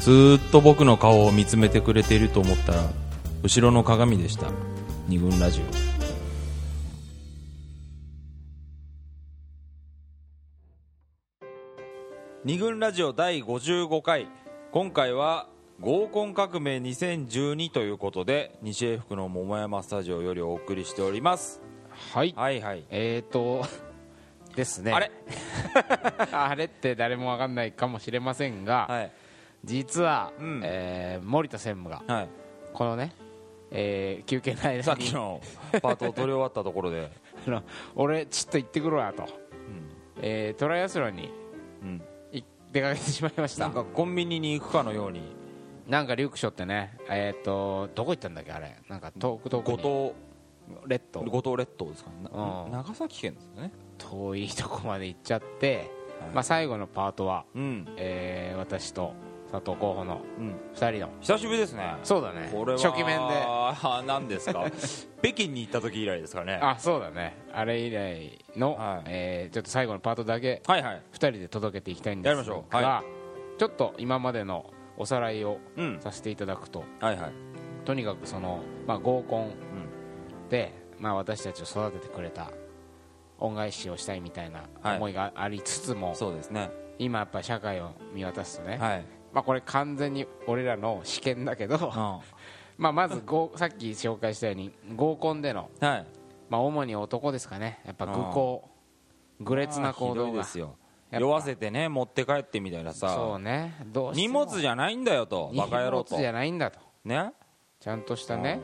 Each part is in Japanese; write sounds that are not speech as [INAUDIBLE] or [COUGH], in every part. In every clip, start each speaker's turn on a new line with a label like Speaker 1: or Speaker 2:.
Speaker 1: ずーっと僕の顔を見つめてくれていると思ったら後ろの鏡でした二軍ラジオ二軍ラジオ第55回今回は合コン革命2012ということで西英福の桃山スタジオよりお送りしております
Speaker 2: はい、
Speaker 1: はいはい
Speaker 2: えーと [LAUGHS] ですね
Speaker 1: あれ
Speaker 2: [LAUGHS] あれって誰もわかんないかもしれませんが、
Speaker 1: はい
Speaker 2: 実は、
Speaker 1: うん
Speaker 2: えー森田専務が
Speaker 1: はい
Speaker 2: このね、えー休憩の間に
Speaker 1: さっきのパートを取り終わったところで
Speaker 2: [LAUGHS] あの俺ちょっと行ってくるわと、えートライアスロンに
Speaker 1: う
Speaker 2: [LAUGHS]
Speaker 1: ん
Speaker 2: い出かけてしまいまし
Speaker 1: な
Speaker 2: た
Speaker 1: んかコンビニに行くかのように
Speaker 2: なんかリュックショってねえっ、とどこ行ったんだっけあれなんか遠く遠くに
Speaker 1: 五
Speaker 2: レッド
Speaker 1: 島五島列島ですかねな
Speaker 2: うん
Speaker 1: 長崎県ですよね
Speaker 2: 遠いとこまで行っちゃって、
Speaker 1: はい
Speaker 2: まあ、最後のパートは、
Speaker 1: うん
Speaker 2: えー私と佐藤候補の
Speaker 1: うん
Speaker 2: 2人の
Speaker 1: 久しぶりですね
Speaker 2: そうだね
Speaker 1: これは
Speaker 2: 初期面で
Speaker 1: で何ですか [LAUGHS] 北京に行った時以来ですかね
Speaker 2: あそうだねあれ以来の、
Speaker 1: はい
Speaker 2: えーちょっと最後のパートだけ
Speaker 1: はいはい
Speaker 2: 2人で届けていきたいんですが
Speaker 1: やりましょうは
Speaker 2: ちょっと今までのおさらいを
Speaker 1: うん
Speaker 2: させていただくと、
Speaker 1: はいはい
Speaker 2: とにかくその、まあ、合コンで、まあ、私たちを育ててくれた恩返しをしたいみたいな
Speaker 1: はい
Speaker 2: 思いがありつつも、
Speaker 1: そうですね
Speaker 2: 今やっぱ社会を見渡すとね、
Speaker 1: はい
Speaker 2: まあ、これ完全に俺らの試験だけど、
Speaker 1: う
Speaker 2: まあまず合さっき紹介したように合コンでの、
Speaker 1: んはい
Speaker 2: まあ、主に男ですかねやっぱ愚行愚劣な行
Speaker 1: あー
Speaker 2: 動
Speaker 1: ひどい
Speaker 2: が
Speaker 1: ですよ
Speaker 2: やっぱ
Speaker 1: 酔わせてね持って帰ってみたいな
Speaker 2: そ
Speaker 1: さ
Speaker 2: うねどうして
Speaker 1: 荷
Speaker 2: も
Speaker 1: 物じゃないんだよとバカ野郎
Speaker 2: 荷
Speaker 1: と
Speaker 2: 物じゃないんだと
Speaker 1: ね
Speaker 2: ちゃんとしたね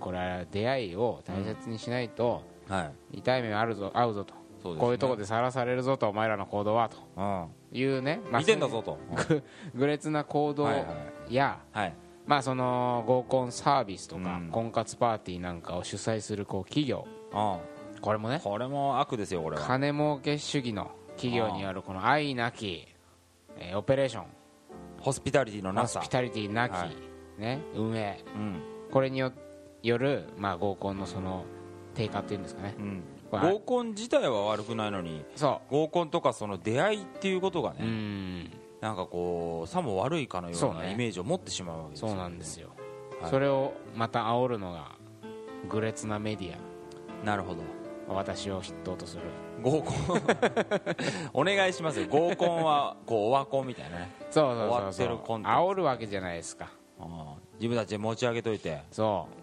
Speaker 2: これは出会いを大切にしないと、
Speaker 1: はい
Speaker 2: 痛い目あるぞ合うぞと
Speaker 1: そうですね
Speaker 2: こういうとこでさらされるぞとお前らの行動はと
Speaker 1: うん
Speaker 2: いうね、まあ
Speaker 1: 見てんだぞと
Speaker 2: そういう [LAUGHS] ぐ愚劣な行動や、
Speaker 1: はいははい
Speaker 2: まあ、その合コンサービスとか、
Speaker 1: うん
Speaker 2: 婚活パーティーなんかを主催するこう企業
Speaker 1: う
Speaker 2: これも
Speaker 1: ん
Speaker 2: ね
Speaker 1: これも悪ですよこれは
Speaker 2: 金儲け主義の企業によるこの愛なき、えーオペレーション
Speaker 1: ホスピタリティの
Speaker 2: ホ
Speaker 1: な
Speaker 2: ス
Speaker 1: さ
Speaker 2: ピタリティなき、
Speaker 1: はい
Speaker 2: ね、運営
Speaker 1: うん
Speaker 2: これによよる、まあ、合コンのその低下っていうんですかね
Speaker 1: うん
Speaker 2: これ
Speaker 1: 合コン自体は悪くないのに
Speaker 2: そ
Speaker 1: 合コンとかその出会いっていうことが
Speaker 2: うう
Speaker 1: ね
Speaker 2: ん
Speaker 1: なんかこうさも悪いかのよ
Speaker 2: そう
Speaker 1: うな
Speaker 2: ね
Speaker 1: イメージを持ってしまうわけですよ
Speaker 2: そうなんですよ、
Speaker 1: はい
Speaker 2: それをまた煽るのが愚劣なメディ
Speaker 1: なるほど
Speaker 2: ア私を筆頭とする
Speaker 1: 合コン [LAUGHS] お願いしますよ合コンはこうオワコンみたいなね
Speaker 2: そうそうそう
Speaker 1: 終
Speaker 2: そ
Speaker 1: わ
Speaker 2: う
Speaker 1: ってるコンテンツ
Speaker 2: 煽るわけじゃないですか
Speaker 1: うん自分たちで持ち上げといて
Speaker 2: そう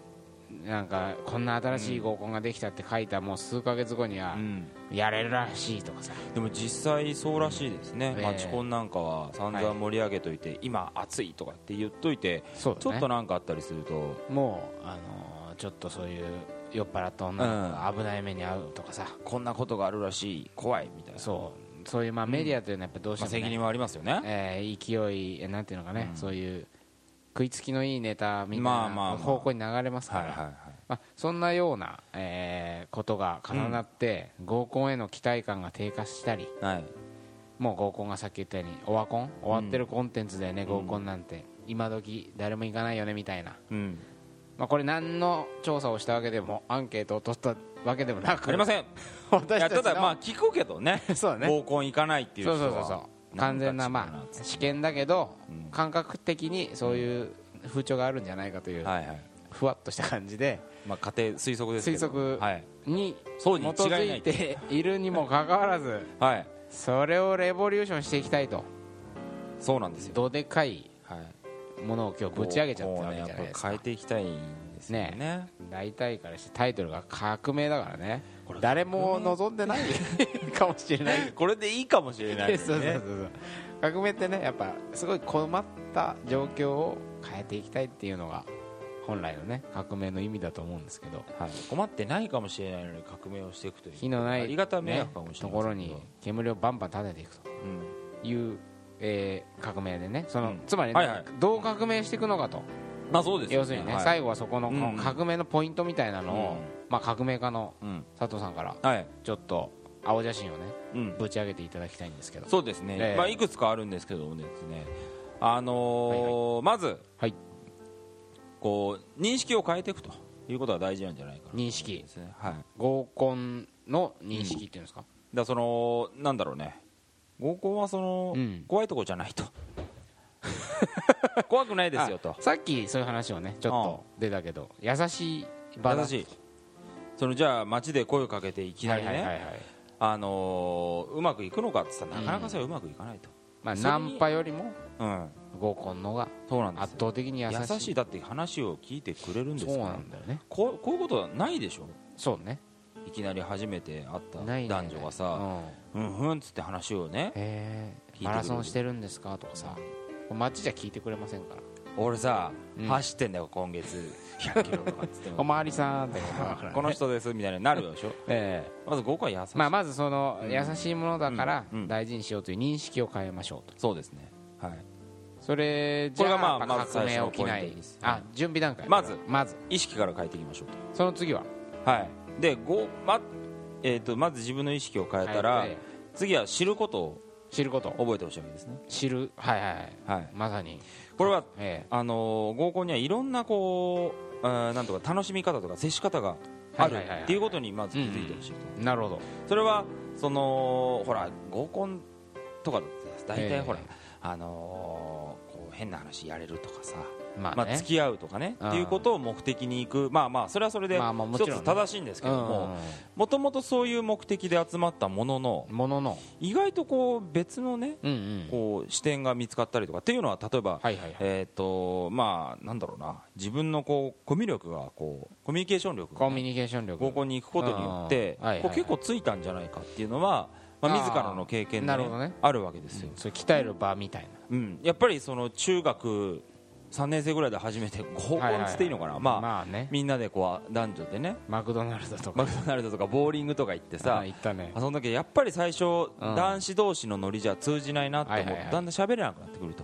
Speaker 2: なんかこんな新しい合コンができたって書いたもう数ヶ月後には
Speaker 1: うん
Speaker 2: やれるらしいとかさ
Speaker 1: でも実際そうらしいですね、
Speaker 2: うん
Speaker 1: マチコンなんかは散々盛り上げといて、今暑いとかって言っといて、
Speaker 2: そう
Speaker 1: ちょ
Speaker 2: だ
Speaker 1: っ
Speaker 2: ね
Speaker 1: となんかあったりすると
Speaker 2: もう、あのーちょっとそういう酔っ払った女の子が危ない目に遭うとかさ、
Speaker 1: こんなことがあるらしい怖いみたいな、
Speaker 2: そうそういうまあメディアというのはやっぱどうし
Speaker 1: まあ、
Speaker 2: ても、
Speaker 1: 責
Speaker 2: ね
Speaker 1: 任はありますよね、
Speaker 2: えー勢いえなんていうのかね、
Speaker 1: うん
Speaker 2: そういう食いつきのいいネタみたい
Speaker 1: まあまあまあ
Speaker 2: な方向に流れますか
Speaker 1: はい
Speaker 2: ら、
Speaker 1: はいはい
Speaker 2: まあ、そんなような、えーことが重なって、合コンへの期待感が低下したり
Speaker 1: はい
Speaker 2: もう合コンがさっき言ったようにオワコン終わってるコンテンツだよね、合コンなんて今時誰も行かないよねみたいな、
Speaker 1: うん、
Speaker 2: まあ、これ何の調査をしたわけでもアンケートを取ったわけでもなく
Speaker 1: ありませんい
Speaker 2: [LAUGHS] 私
Speaker 1: や
Speaker 2: たちの
Speaker 1: ただまあ聞くけど
Speaker 2: [LAUGHS]
Speaker 1: ね
Speaker 2: そうだね
Speaker 1: 合コン行かないっていう人
Speaker 2: そう
Speaker 1: は
Speaker 2: そうそうそう完全な
Speaker 1: んか違う
Speaker 2: ま
Speaker 1: っ
Speaker 2: あ
Speaker 1: つって
Speaker 2: 試験だけど、
Speaker 1: うん
Speaker 2: 感覚的にそういう風潮があるんじゃないかという、
Speaker 1: はいはい
Speaker 2: ふわっとした感じで
Speaker 1: まあ仮定推測ですけど
Speaker 2: 推測
Speaker 1: はい
Speaker 2: に基
Speaker 1: そうに違いない
Speaker 2: づいているにもかかわらず [LAUGHS]
Speaker 1: はい
Speaker 2: それをレボリューションしていきたいと
Speaker 1: そうなんですよ
Speaker 2: どでかい
Speaker 1: はい
Speaker 2: ものを今日ぶち上げちゃったわけじゃ
Speaker 1: こう
Speaker 2: な
Speaker 1: こうね
Speaker 2: いで
Speaker 1: やっぱ
Speaker 2: すか
Speaker 1: 変えていきたいんですよね
Speaker 2: 大体からしてタイトルが革命だからね誰も望んでない [LAUGHS] かもしれない
Speaker 1: これでいいかもしれないです
Speaker 2: [LAUGHS] そうそうそう
Speaker 1: ね
Speaker 2: そう革命ってねやっぱすごい困った状況を変えていきたいっていうのが本来のね革命の意味だと思うんですけど
Speaker 1: はい困ってないかもしれないのに革命をしていくという
Speaker 2: 火のない、
Speaker 1: ありがた迷惑かも
Speaker 2: ね
Speaker 1: しれ
Speaker 2: と
Speaker 1: ない
Speaker 2: ころに煙をバンバン立てていくという、えー革命でねその、
Speaker 1: うん
Speaker 2: つまりね、
Speaker 1: はいはい
Speaker 2: どう革命していくのかと
Speaker 1: まあそうですよ
Speaker 2: 要するにね、
Speaker 1: はい
Speaker 2: 最後はそこの
Speaker 1: うんうん
Speaker 2: 革命のポイントみたいなのを、
Speaker 1: うん
Speaker 2: まあ、革命家の
Speaker 1: うん
Speaker 2: 佐藤さんから
Speaker 1: はい
Speaker 2: ちょっと青写真をね
Speaker 1: うん
Speaker 2: ぶち上げていただきたいんですけど
Speaker 1: そうですね、
Speaker 2: ええ
Speaker 1: まあいくつかあるんですけどもですねあのーまず
Speaker 2: はい
Speaker 1: こう認識を変えていくということが大事なんじゃないかな
Speaker 2: 認識
Speaker 1: ですねはい
Speaker 2: 合コンの認識っていうんですか、
Speaker 1: だからそのなんだろうね合コンはその、
Speaker 2: うん [LAUGHS]
Speaker 1: 怖いとこじゃないと怖くないですよと
Speaker 2: あさっきそういう話をねちょっと出たけど優しい場だ
Speaker 1: 優しいそのじゃあ街で声をかけていきなりね、
Speaker 2: はいはいはいはい
Speaker 1: あのーうまくいくのかって言ったらなかなかそれはうまくいかないと、
Speaker 2: まあ、
Speaker 1: それ
Speaker 2: ナ
Speaker 1: に
Speaker 2: ンパよりも
Speaker 1: うん、
Speaker 2: 合コンの方が
Speaker 1: そうなんです
Speaker 2: 圧倒的に優しい
Speaker 1: 優しいだって話を聞いてくれるんです
Speaker 2: そう
Speaker 1: か
Speaker 2: な
Speaker 1: ら
Speaker 2: んだよね
Speaker 1: こうこういうことはないでしょ
Speaker 2: そうね
Speaker 1: いきなり初めて会った
Speaker 2: ないね
Speaker 1: 男女が
Speaker 2: う
Speaker 1: さ
Speaker 2: ん
Speaker 1: 「うんうん」っつって話をね
Speaker 2: へ
Speaker 1: 聞いてく
Speaker 2: え
Speaker 1: る
Speaker 2: マラソンしてるんですかとかさ街じゃ聞いてくれませんから
Speaker 1: 俺さ
Speaker 2: うん
Speaker 1: 走ってんだよ今月100キロとかっつって
Speaker 2: [LAUGHS] お
Speaker 1: も
Speaker 2: まわりさんってことだからね
Speaker 1: この人ですみたいになるでしょ
Speaker 2: ええ
Speaker 1: まず5個は優しい
Speaker 2: まあまずその優しいものだから
Speaker 1: うんうん
Speaker 2: 大事にしようという認識を変えましょうと
Speaker 1: そうですねはい
Speaker 2: それじ
Speaker 1: これ
Speaker 2: ゃ
Speaker 1: がまあ
Speaker 2: あまあ
Speaker 1: まず最
Speaker 2: 革
Speaker 1: 初
Speaker 2: 命
Speaker 1: の
Speaker 2: 起きな
Speaker 1: ポイン
Speaker 2: い
Speaker 1: トです
Speaker 2: あ準備段階
Speaker 1: まず
Speaker 2: まず
Speaker 1: 意識から変えていきましょう
Speaker 2: その次は
Speaker 1: とはいでごまえーとまず自分の意識を変えたら
Speaker 2: ええ
Speaker 1: 次は知ることを
Speaker 2: 知ること
Speaker 1: 覚えてほしいわけですね
Speaker 2: 知るはいはいはい
Speaker 1: はい
Speaker 2: まさに
Speaker 1: これは
Speaker 2: え
Speaker 1: あのー合コンにはいろんなこうあーなんとか楽しみ方とか接し方がある
Speaker 2: はいはいはいはい
Speaker 1: っていうことにまず気づいてほしいと、
Speaker 2: えなるほど
Speaker 1: それはそのほら合コンとかだって大
Speaker 2: ええ
Speaker 1: 体ほら、あのーこう変な話やれるとかさ、
Speaker 2: ま
Speaker 1: ま
Speaker 2: あ
Speaker 1: あ、
Speaker 2: ね
Speaker 1: 付き合うとかね
Speaker 2: うん
Speaker 1: っていうことを目的に行くまあまあそれはそれで
Speaker 2: まあまあも
Speaker 1: 一
Speaker 2: ちろん
Speaker 1: つ
Speaker 2: ね
Speaker 1: 正しいんですけどももともとそういう目的で集まったものの
Speaker 2: ものの
Speaker 1: 意外とこう別のね
Speaker 2: うんうん
Speaker 1: こう視点が見つかったりとかっていうのは例えば
Speaker 2: はいはいはい
Speaker 1: えーとまあ、なんだろうな自分のこうコミュ力がこうコミュニケーション力
Speaker 2: コ
Speaker 1: が
Speaker 2: ミュニケーション力
Speaker 1: 合コンに行くことによって
Speaker 2: あーはいはい
Speaker 1: こ
Speaker 2: はい
Speaker 1: う結構ついたんじゃないかっていうのは、まあ、
Speaker 2: あー
Speaker 1: 自らの経験で
Speaker 2: な
Speaker 1: ね、
Speaker 2: るほどね
Speaker 1: あるわけですよ、
Speaker 2: それ鍛える場みたいな
Speaker 1: うんやっぱりその中学3年生ぐらいで初めて合コンっつっていいのかな、まあ
Speaker 2: まあね
Speaker 1: みんなでこう男女でね
Speaker 2: マクドナルドと
Speaker 1: マ
Speaker 2: か
Speaker 1: クドナルドとかボーリングとか行ってさ、
Speaker 2: あ行ったね
Speaker 1: 遊んだけどやっぱり最初、
Speaker 2: うん
Speaker 1: 男子同士のノリじゃ通じないなって思って、
Speaker 2: はいはいはい
Speaker 1: だんだん喋れなくなってくると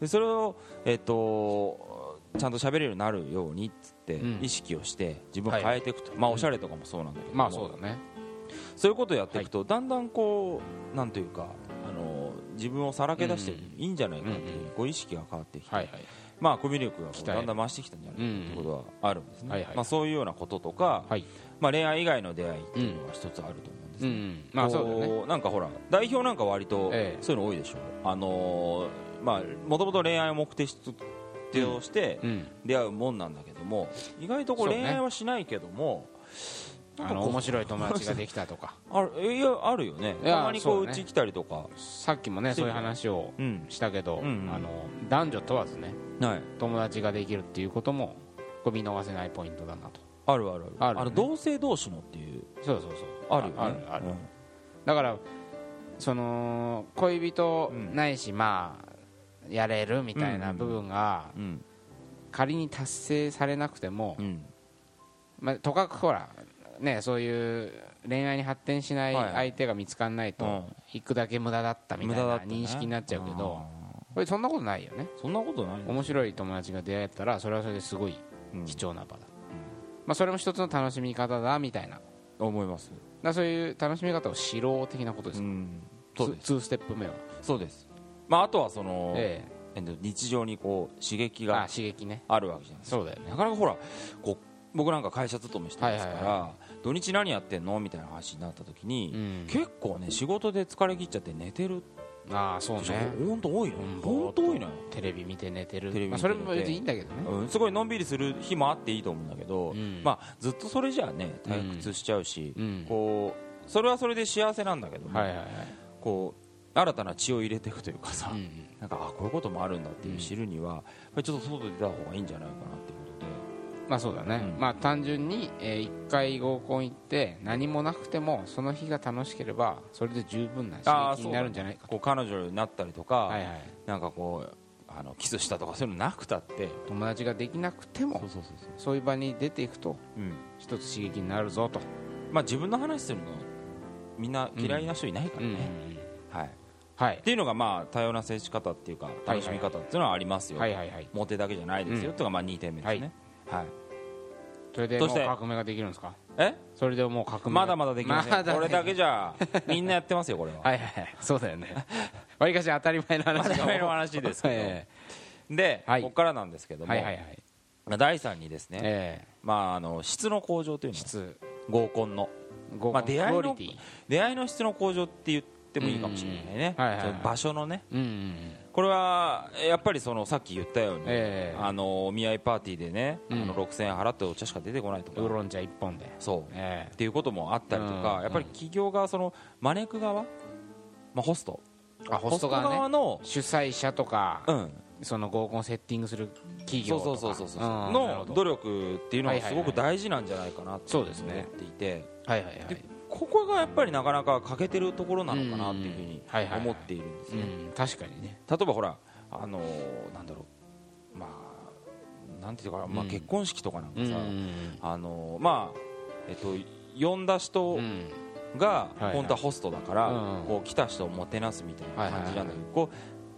Speaker 1: でそれを、えっとちゃんと喋れるようになるようにっつって
Speaker 2: うん
Speaker 1: 意識をして自分を変えていくと、まあおしゃれとかもそうなんだけども、
Speaker 2: まあそうだね
Speaker 1: そういうことをやっていくと、だんだんこうなんというかあの自分をさらけ出して
Speaker 2: うん
Speaker 1: いいんじゃないかっていう
Speaker 2: うんうん
Speaker 1: こう意識が変わってきて、
Speaker 2: はいはい
Speaker 1: まあコミュ力がこ
Speaker 2: 鍛
Speaker 1: う
Speaker 2: える
Speaker 1: だんだん増してきたんじゃないかっていうことはあるんですね、
Speaker 2: はいはい
Speaker 1: まあ、そういうようなこととか、
Speaker 2: はい
Speaker 1: まあ、恋愛以外の出会いっていうのが一つあると思うんです
Speaker 2: う
Speaker 1: ね、
Speaker 2: んまあそうだよね
Speaker 1: こうなんかほら代表なんか割と
Speaker 2: ええ
Speaker 1: そういうの多いでしょ、あのーまあもともと恋愛を目的として
Speaker 2: うん
Speaker 1: 出会うもんなんだけども意外とこう
Speaker 2: そうね
Speaker 1: 恋愛はしないけども、
Speaker 2: あの面白い友達ができた
Speaker 1: [LAUGHS]
Speaker 2: とか
Speaker 1: あるいやあるよね
Speaker 2: いや
Speaker 1: たまにこ
Speaker 2: そうう
Speaker 1: う
Speaker 2: ね
Speaker 1: ち来たりとか
Speaker 2: さっきもねそういう話を
Speaker 1: うん
Speaker 2: したけど、
Speaker 1: うんうん
Speaker 2: あの男女問わずね
Speaker 1: ない
Speaker 2: 友達ができるっていうこともこれ見逃せないポイントだなと
Speaker 1: あるあるある
Speaker 2: あるね
Speaker 1: の同性同士のっていう
Speaker 2: そうそうそう
Speaker 1: あるよね
Speaker 2: あるある
Speaker 1: うん
Speaker 2: だからその恋人ないし、まあやれるみたいな部分が
Speaker 1: うん
Speaker 2: 仮に達成されなくても、
Speaker 1: うん
Speaker 2: まあ、とかくほらねそういう恋愛に発展しない
Speaker 1: はい
Speaker 2: 相手が見つからないと、
Speaker 1: うん
Speaker 2: 行くだけ無駄だったみたい
Speaker 1: 無駄だ
Speaker 2: な
Speaker 1: ったね
Speaker 2: 認識になっちゃうけど、
Speaker 1: あ
Speaker 2: これそんなことないよね
Speaker 1: ーそんなことないね
Speaker 2: 面白い友達が出会えたらそれはそれですごい
Speaker 1: うん
Speaker 2: 貴重な場だ、まあ、それも一つの楽しみ方だみたいなだか
Speaker 1: 思います
Speaker 2: らそういう楽しみ方を知ろう的なことです
Speaker 1: う
Speaker 2: か、
Speaker 1: んそ
Speaker 2: ツ
Speaker 1: うです
Speaker 2: ー2ステップ目は、
Speaker 1: そうですまああとはその
Speaker 2: え
Speaker 1: えっと日常にこう刺激
Speaker 2: えあ
Speaker 1: が
Speaker 2: 刺激ね
Speaker 1: あるわけじゃないですか
Speaker 2: そうだよね
Speaker 1: なかなかほらこう僕なんか会社勤めしてますから、
Speaker 2: はいはいは
Speaker 1: 土日何やってんのみたいな話になった時に、
Speaker 2: うん
Speaker 1: 結構ね仕事で疲れ切っちゃって寝てる
Speaker 2: ああそう
Speaker 1: 人
Speaker 2: ね
Speaker 1: ほんと多いのよ
Speaker 2: うん
Speaker 1: ほんと多いのよ、
Speaker 2: テレビ見て寝てる
Speaker 1: テレビ見て寝て
Speaker 2: まあ、それも別にいいんだけどね、
Speaker 1: うん、すごいのんびりする日もあっていいと思うんだけど、
Speaker 2: うん
Speaker 1: まあ、ずっとそれじゃあね退屈しちゃうし、
Speaker 2: うん
Speaker 1: こうそれはそれで幸せなんだけども、
Speaker 2: はいはいはい、
Speaker 1: こう新たな血を入れていくというかさ、
Speaker 2: うんうん
Speaker 1: なんかあこういうこともあるんだっていう知るには、やっぱりちょっと外出た方がいいんじゃないかなっていうことで。
Speaker 2: まあそうだね、
Speaker 1: うん
Speaker 2: まあ単純に、え1回合コン行って何もなくてもその日が楽しければそれで十分な
Speaker 1: あー
Speaker 2: 刺激になるんじゃないかと
Speaker 1: こう彼女になったりとか、
Speaker 2: はいはい、
Speaker 1: なんかこうあのキスしたとかそういうのなくたって
Speaker 2: 友達ができなくても
Speaker 1: そうそうそう
Speaker 2: そういう場に出ていくと
Speaker 1: う、ん
Speaker 2: 一つ刺激になるぞと、
Speaker 1: まあ、自分の話するのみんな嫌いな人いないから
Speaker 2: うんうん
Speaker 1: ね、はい、っ
Speaker 2: はい、
Speaker 1: ていうのがまあ多様な接し方っていうか楽しみ方っていうのはありますよ、
Speaker 2: はいはいはい
Speaker 1: モテだけじゃないですよ、
Speaker 2: う
Speaker 1: とかまあ2点目ですね、はい
Speaker 2: それで
Speaker 1: そ
Speaker 2: も
Speaker 1: し
Speaker 2: う
Speaker 1: て
Speaker 2: 革命ができるんですか
Speaker 1: え
Speaker 2: それでもう革命
Speaker 1: まだまだできません、
Speaker 2: [LAUGHS] まだ
Speaker 1: これだ
Speaker 2: ね
Speaker 1: けじゃみんなやってますよこれは、
Speaker 2: はいはいはいそうだよね [LAUGHS] わりかし当たり前の話
Speaker 1: 当
Speaker 2: が
Speaker 1: たり前の話ですけど
Speaker 2: え
Speaker 1: で、
Speaker 2: はい
Speaker 1: ここからなんですけど
Speaker 2: え
Speaker 1: も、
Speaker 2: はいはいはい
Speaker 1: まあ第3にですね、
Speaker 2: ええ
Speaker 1: まあ、あの質の向上というのは
Speaker 2: 質
Speaker 1: 合コンの
Speaker 2: 合コン
Speaker 1: まあ出会いの
Speaker 2: クオリティ
Speaker 1: 出会いの質の向上って言っってもいいかもしれないね、
Speaker 2: うんはいはいはい
Speaker 1: その場所のね
Speaker 2: うんうんうん
Speaker 1: これはやっぱりそのさっき言ったように、
Speaker 2: ええ
Speaker 1: あのお見合いパーティーでね、
Speaker 2: うん
Speaker 1: あの6000円払ってお茶しか出てこないとか、
Speaker 2: ウーロン茶一本で
Speaker 1: そう
Speaker 2: え
Speaker 1: っていうこともあったりとか、
Speaker 2: うん
Speaker 1: やっぱり企業側その招く側、まあ、ホスト
Speaker 2: えあホスト側ね
Speaker 1: の、
Speaker 2: 主催者とか
Speaker 1: うん、
Speaker 2: その合コンセッティングする企
Speaker 1: そ
Speaker 2: 業
Speaker 1: うそ
Speaker 2: と
Speaker 1: う
Speaker 2: か
Speaker 1: そうそうそう
Speaker 2: うんなる
Speaker 1: の
Speaker 2: ほど
Speaker 1: 努力っていうのがすごく大事なんじゃないかなって
Speaker 2: そ
Speaker 1: 思っ
Speaker 2: うですね
Speaker 1: ていて
Speaker 2: はいはいは
Speaker 1: で
Speaker 2: い
Speaker 1: ここがやっぱりなかなか欠けてるところなのかなっていうふう
Speaker 2: うん
Speaker 1: に
Speaker 2: はいはいはい
Speaker 1: 思っているんです
Speaker 2: う
Speaker 1: ね
Speaker 2: ん確かにね
Speaker 1: 例えばほらあのーなんだろうまあなんていうかな、まあ、
Speaker 2: うん
Speaker 1: 結婚式とかなんか
Speaker 2: うんう
Speaker 1: さ、
Speaker 2: ん
Speaker 1: あのーまあえっと呼んだ人
Speaker 2: うん
Speaker 1: が
Speaker 2: いはい
Speaker 1: 本当はホストだから、
Speaker 2: うん
Speaker 1: こう来た人をもてなすみたいな感じなんだ
Speaker 2: はいはい
Speaker 1: け
Speaker 2: は
Speaker 1: ど、こ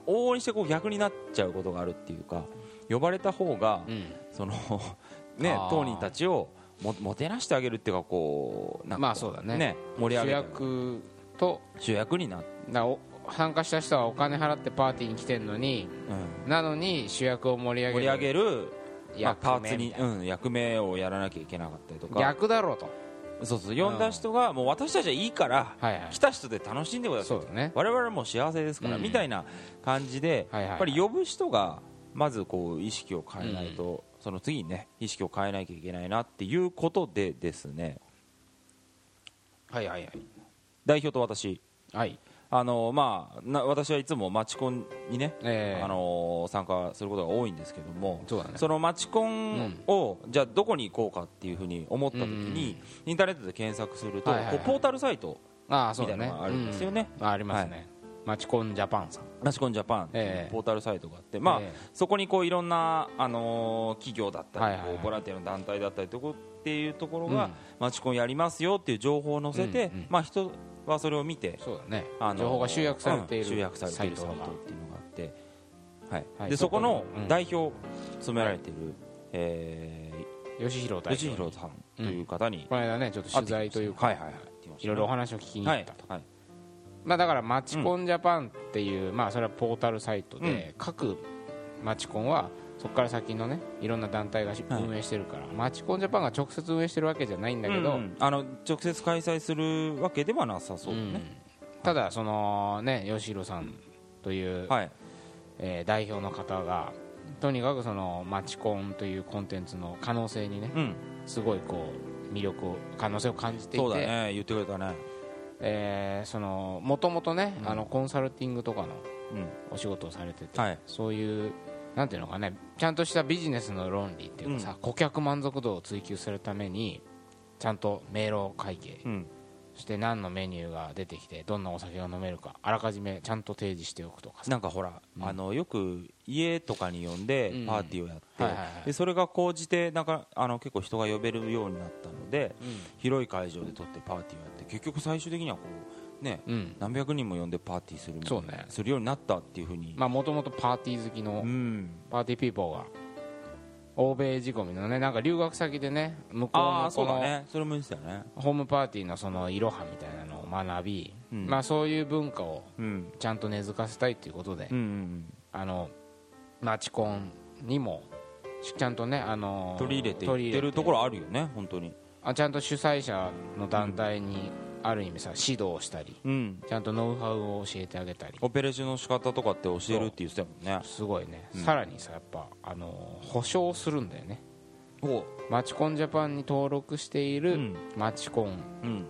Speaker 1: う往々にしてこう逆になっちゃうことがあるっていうか呼ばれた方が、
Speaker 2: うん
Speaker 1: その [LAUGHS] ね
Speaker 2: あー
Speaker 1: 当人たちをももてなしてあげるっていうかこうなんか
Speaker 2: まあそうだね
Speaker 1: 盛り上
Speaker 2: 主
Speaker 1: げて
Speaker 2: 役と
Speaker 1: 主役になっ
Speaker 2: なお参加した人はお金払ってパーティーに来てるのに
Speaker 1: うん
Speaker 2: なのに主役を盛り上
Speaker 1: 盛
Speaker 2: げ
Speaker 1: り
Speaker 2: る
Speaker 1: 上げる、まあ、
Speaker 2: 役
Speaker 1: パー
Speaker 2: 目
Speaker 1: ツ
Speaker 2: み
Speaker 1: に、
Speaker 2: たいな
Speaker 1: うん、役目をやらなきゃいけなかったりとか
Speaker 2: 逆だろうと
Speaker 1: そうそう呼んだ人がもう私たちはいいから
Speaker 2: はいはい
Speaker 1: 来た人で楽しんでください
Speaker 2: そうだね
Speaker 1: 我々はもう幸せですから、
Speaker 2: うん
Speaker 1: みたいな感じで、
Speaker 2: はいはいはい
Speaker 1: やっぱり呼ぶ人がまずこう意識を変えないと、その次にね意識を変えなきゃいけないなっていうことでですね
Speaker 2: はいはいはい
Speaker 1: 代表と私
Speaker 2: はい
Speaker 1: あのまあな私はいつもマチコンにね、
Speaker 2: ええ
Speaker 1: あの参加することが多いんですけども
Speaker 2: そうだね
Speaker 1: のマチコンを、じゃあどこに行こうかっていうふうに思った時に、インターネットで検索すると、
Speaker 2: はいはいはい
Speaker 1: こうポータルサイト
Speaker 2: ああそうだ
Speaker 1: みたいな
Speaker 2: ね
Speaker 1: のがあるんですよね
Speaker 2: うんあありますねマチコンジャパンさん
Speaker 1: マチコンジャパンってい
Speaker 2: え
Speaker 1: う
Speaker 2: え
Speaker 1: ポータルサイトがあって、まあ
Speaker 2: え
Speaker 1: そこにこういろんな、あのー企業だったり、
Speaker 2: はいはいはい
Speaker 1: こうボランティアの団体だったりとこっていうところ
Speaker 2: え
Speaker 1: が、
Speaker 2: うん
Speaker 1: マチコンやりますよっていう情報を載せて、
Speaker 2: うんうん
Speaker 1: まあ、人はそれを見て
Speaker 2: そうだね
Speaker 1: あの
Speaker 2: 情報が集約されている
Speaker 1: うん集約されているサ
Speaker 2: サ
Speaker 1: イ
Speaker 2: イ
Speaker 1: ト
Speaker 2: ト
Speaker 1: っ
Speaker 2: が
Speaker 1: ていうのがあって、はい
Speaker 2: はい
Speaker 1: でそこの
Speaker 2: そこのうん
Speaker 1: 代表を務められている、え
Speaker 2: 吉弘
Speaker 1: ー
Speaker 2: 代
Speaker 1: 吉
Speaker 2: 表
Speaker 1: 弘さんという方に
Speaker 2: この間ねちょっと取材というか
Speaker 1: はいはいはい
Speaker 2: いろいろお話を聞きに行
Speaker 1: は
Speaker 2: っ
Speaker 1: い
Speaker 2: たと
Speaker 1: はい
Speaker 2: まあだからマチコンジャパンっていうまあそれはポータルサイトで各マチコンはそこから先のねいろんな団体がし
Speaker 1: はい
Speaker 2: 運営してるからマチコンジャパンが直接運営してるわけじゃないんだけど
Speaker 1: うんうんあの直接開催するわけではなさそうだね、
Speaker 2: うんただそのね吉弘さんという
Speaker 1: はい
Speaker 2: えー代表の方がとにかくそのマチコンというコンテンツの可能性にね
Speaker 1: うん、
Speaker 2: すごいこう魅力を可能性を感じてい
Speaker 1: そうだ
Speaker 2: て
Speaker 1: ね言ってくれたね
Speaker 2: えーそのもともとね
Speaker 1: うん
Speaker 2: あのコンサルティングとかの
Speaker 1: うん
Speaker 2: お仕事をされてて
Speaker 1: はい
Speaker 2: そういうなんていうのかねちゃんとしたビジネスの論理っていうかさ顧客満足度を追求するためにちゃんと明朗会計
Speaker 1: うん
Speaker 2: そして何のメニューが出てきてどんなお酒が飲めるかあらかじめちゃんと提示しておくとかさ
Speaker 1: なんかほら、
Speaker 2: うん
Speaker 1: あのよく家とかに呼んで
Speaker 2: うん
Speaker 1: パーティーをやって、
Speaker 2: はいはいはい
Speaker 1: でそれが高じてなんかあの結構人が呼べるようになったので広い会場で撮ってパーティーをやって結局最終的にはこうね
Speaker 2: うん
Speaker 1: 何百人も呼んでパーティーするみたい
Speaker 2: そう
Speaker 1: な
Speaker 2: ね
Speaker 1: するようになったっていうふうに、
Speaker 2: まあもともとパーティー好きの
Speaker 1: うん
Speaker 2: パーティーピーポーが欧米仕込みのねなんか留学先でね向こう
Speaker 1: ああ
Speaker 2: の
Speaker 1: そ
Speaker 2: こ
Speaker 1: うだ
Speaker 2: の
Speaker 1: ねそれも言ってたよね
Speaker 2: ホームパーティーのそのいろはみたいなのを学び、
Speaker 1: うん
Speaker 2: まあそういう文化を
Speaker 1: うん
Speaker 2: ちゃんと根付かせたいということで、
Speaker 1: うんうん
Speaker 2: あのマチコンにもしちゃんとねあの
Speaker 1: 取り入れていってるところあるよね本当に
Speaker 2: あちゃんと主催者の団体にある意味さ指導したり
Speaker 1: うん
Speaker 2: ちゃんとノウハウを教えてあげたり
Speaker 1: オペレーションの仕方とかって教えるって言ってたもんね
Speaker 2: すごいね、
Speaker 1: うん
Speaker 2: さらにさやっぱあの保証するんだよね
Speaker 1: ほ
Speaker 2: マチコンジャパンに登録していうる、
Speaker 1: うん
Speaker 2: マチコン
Speaker 1: うん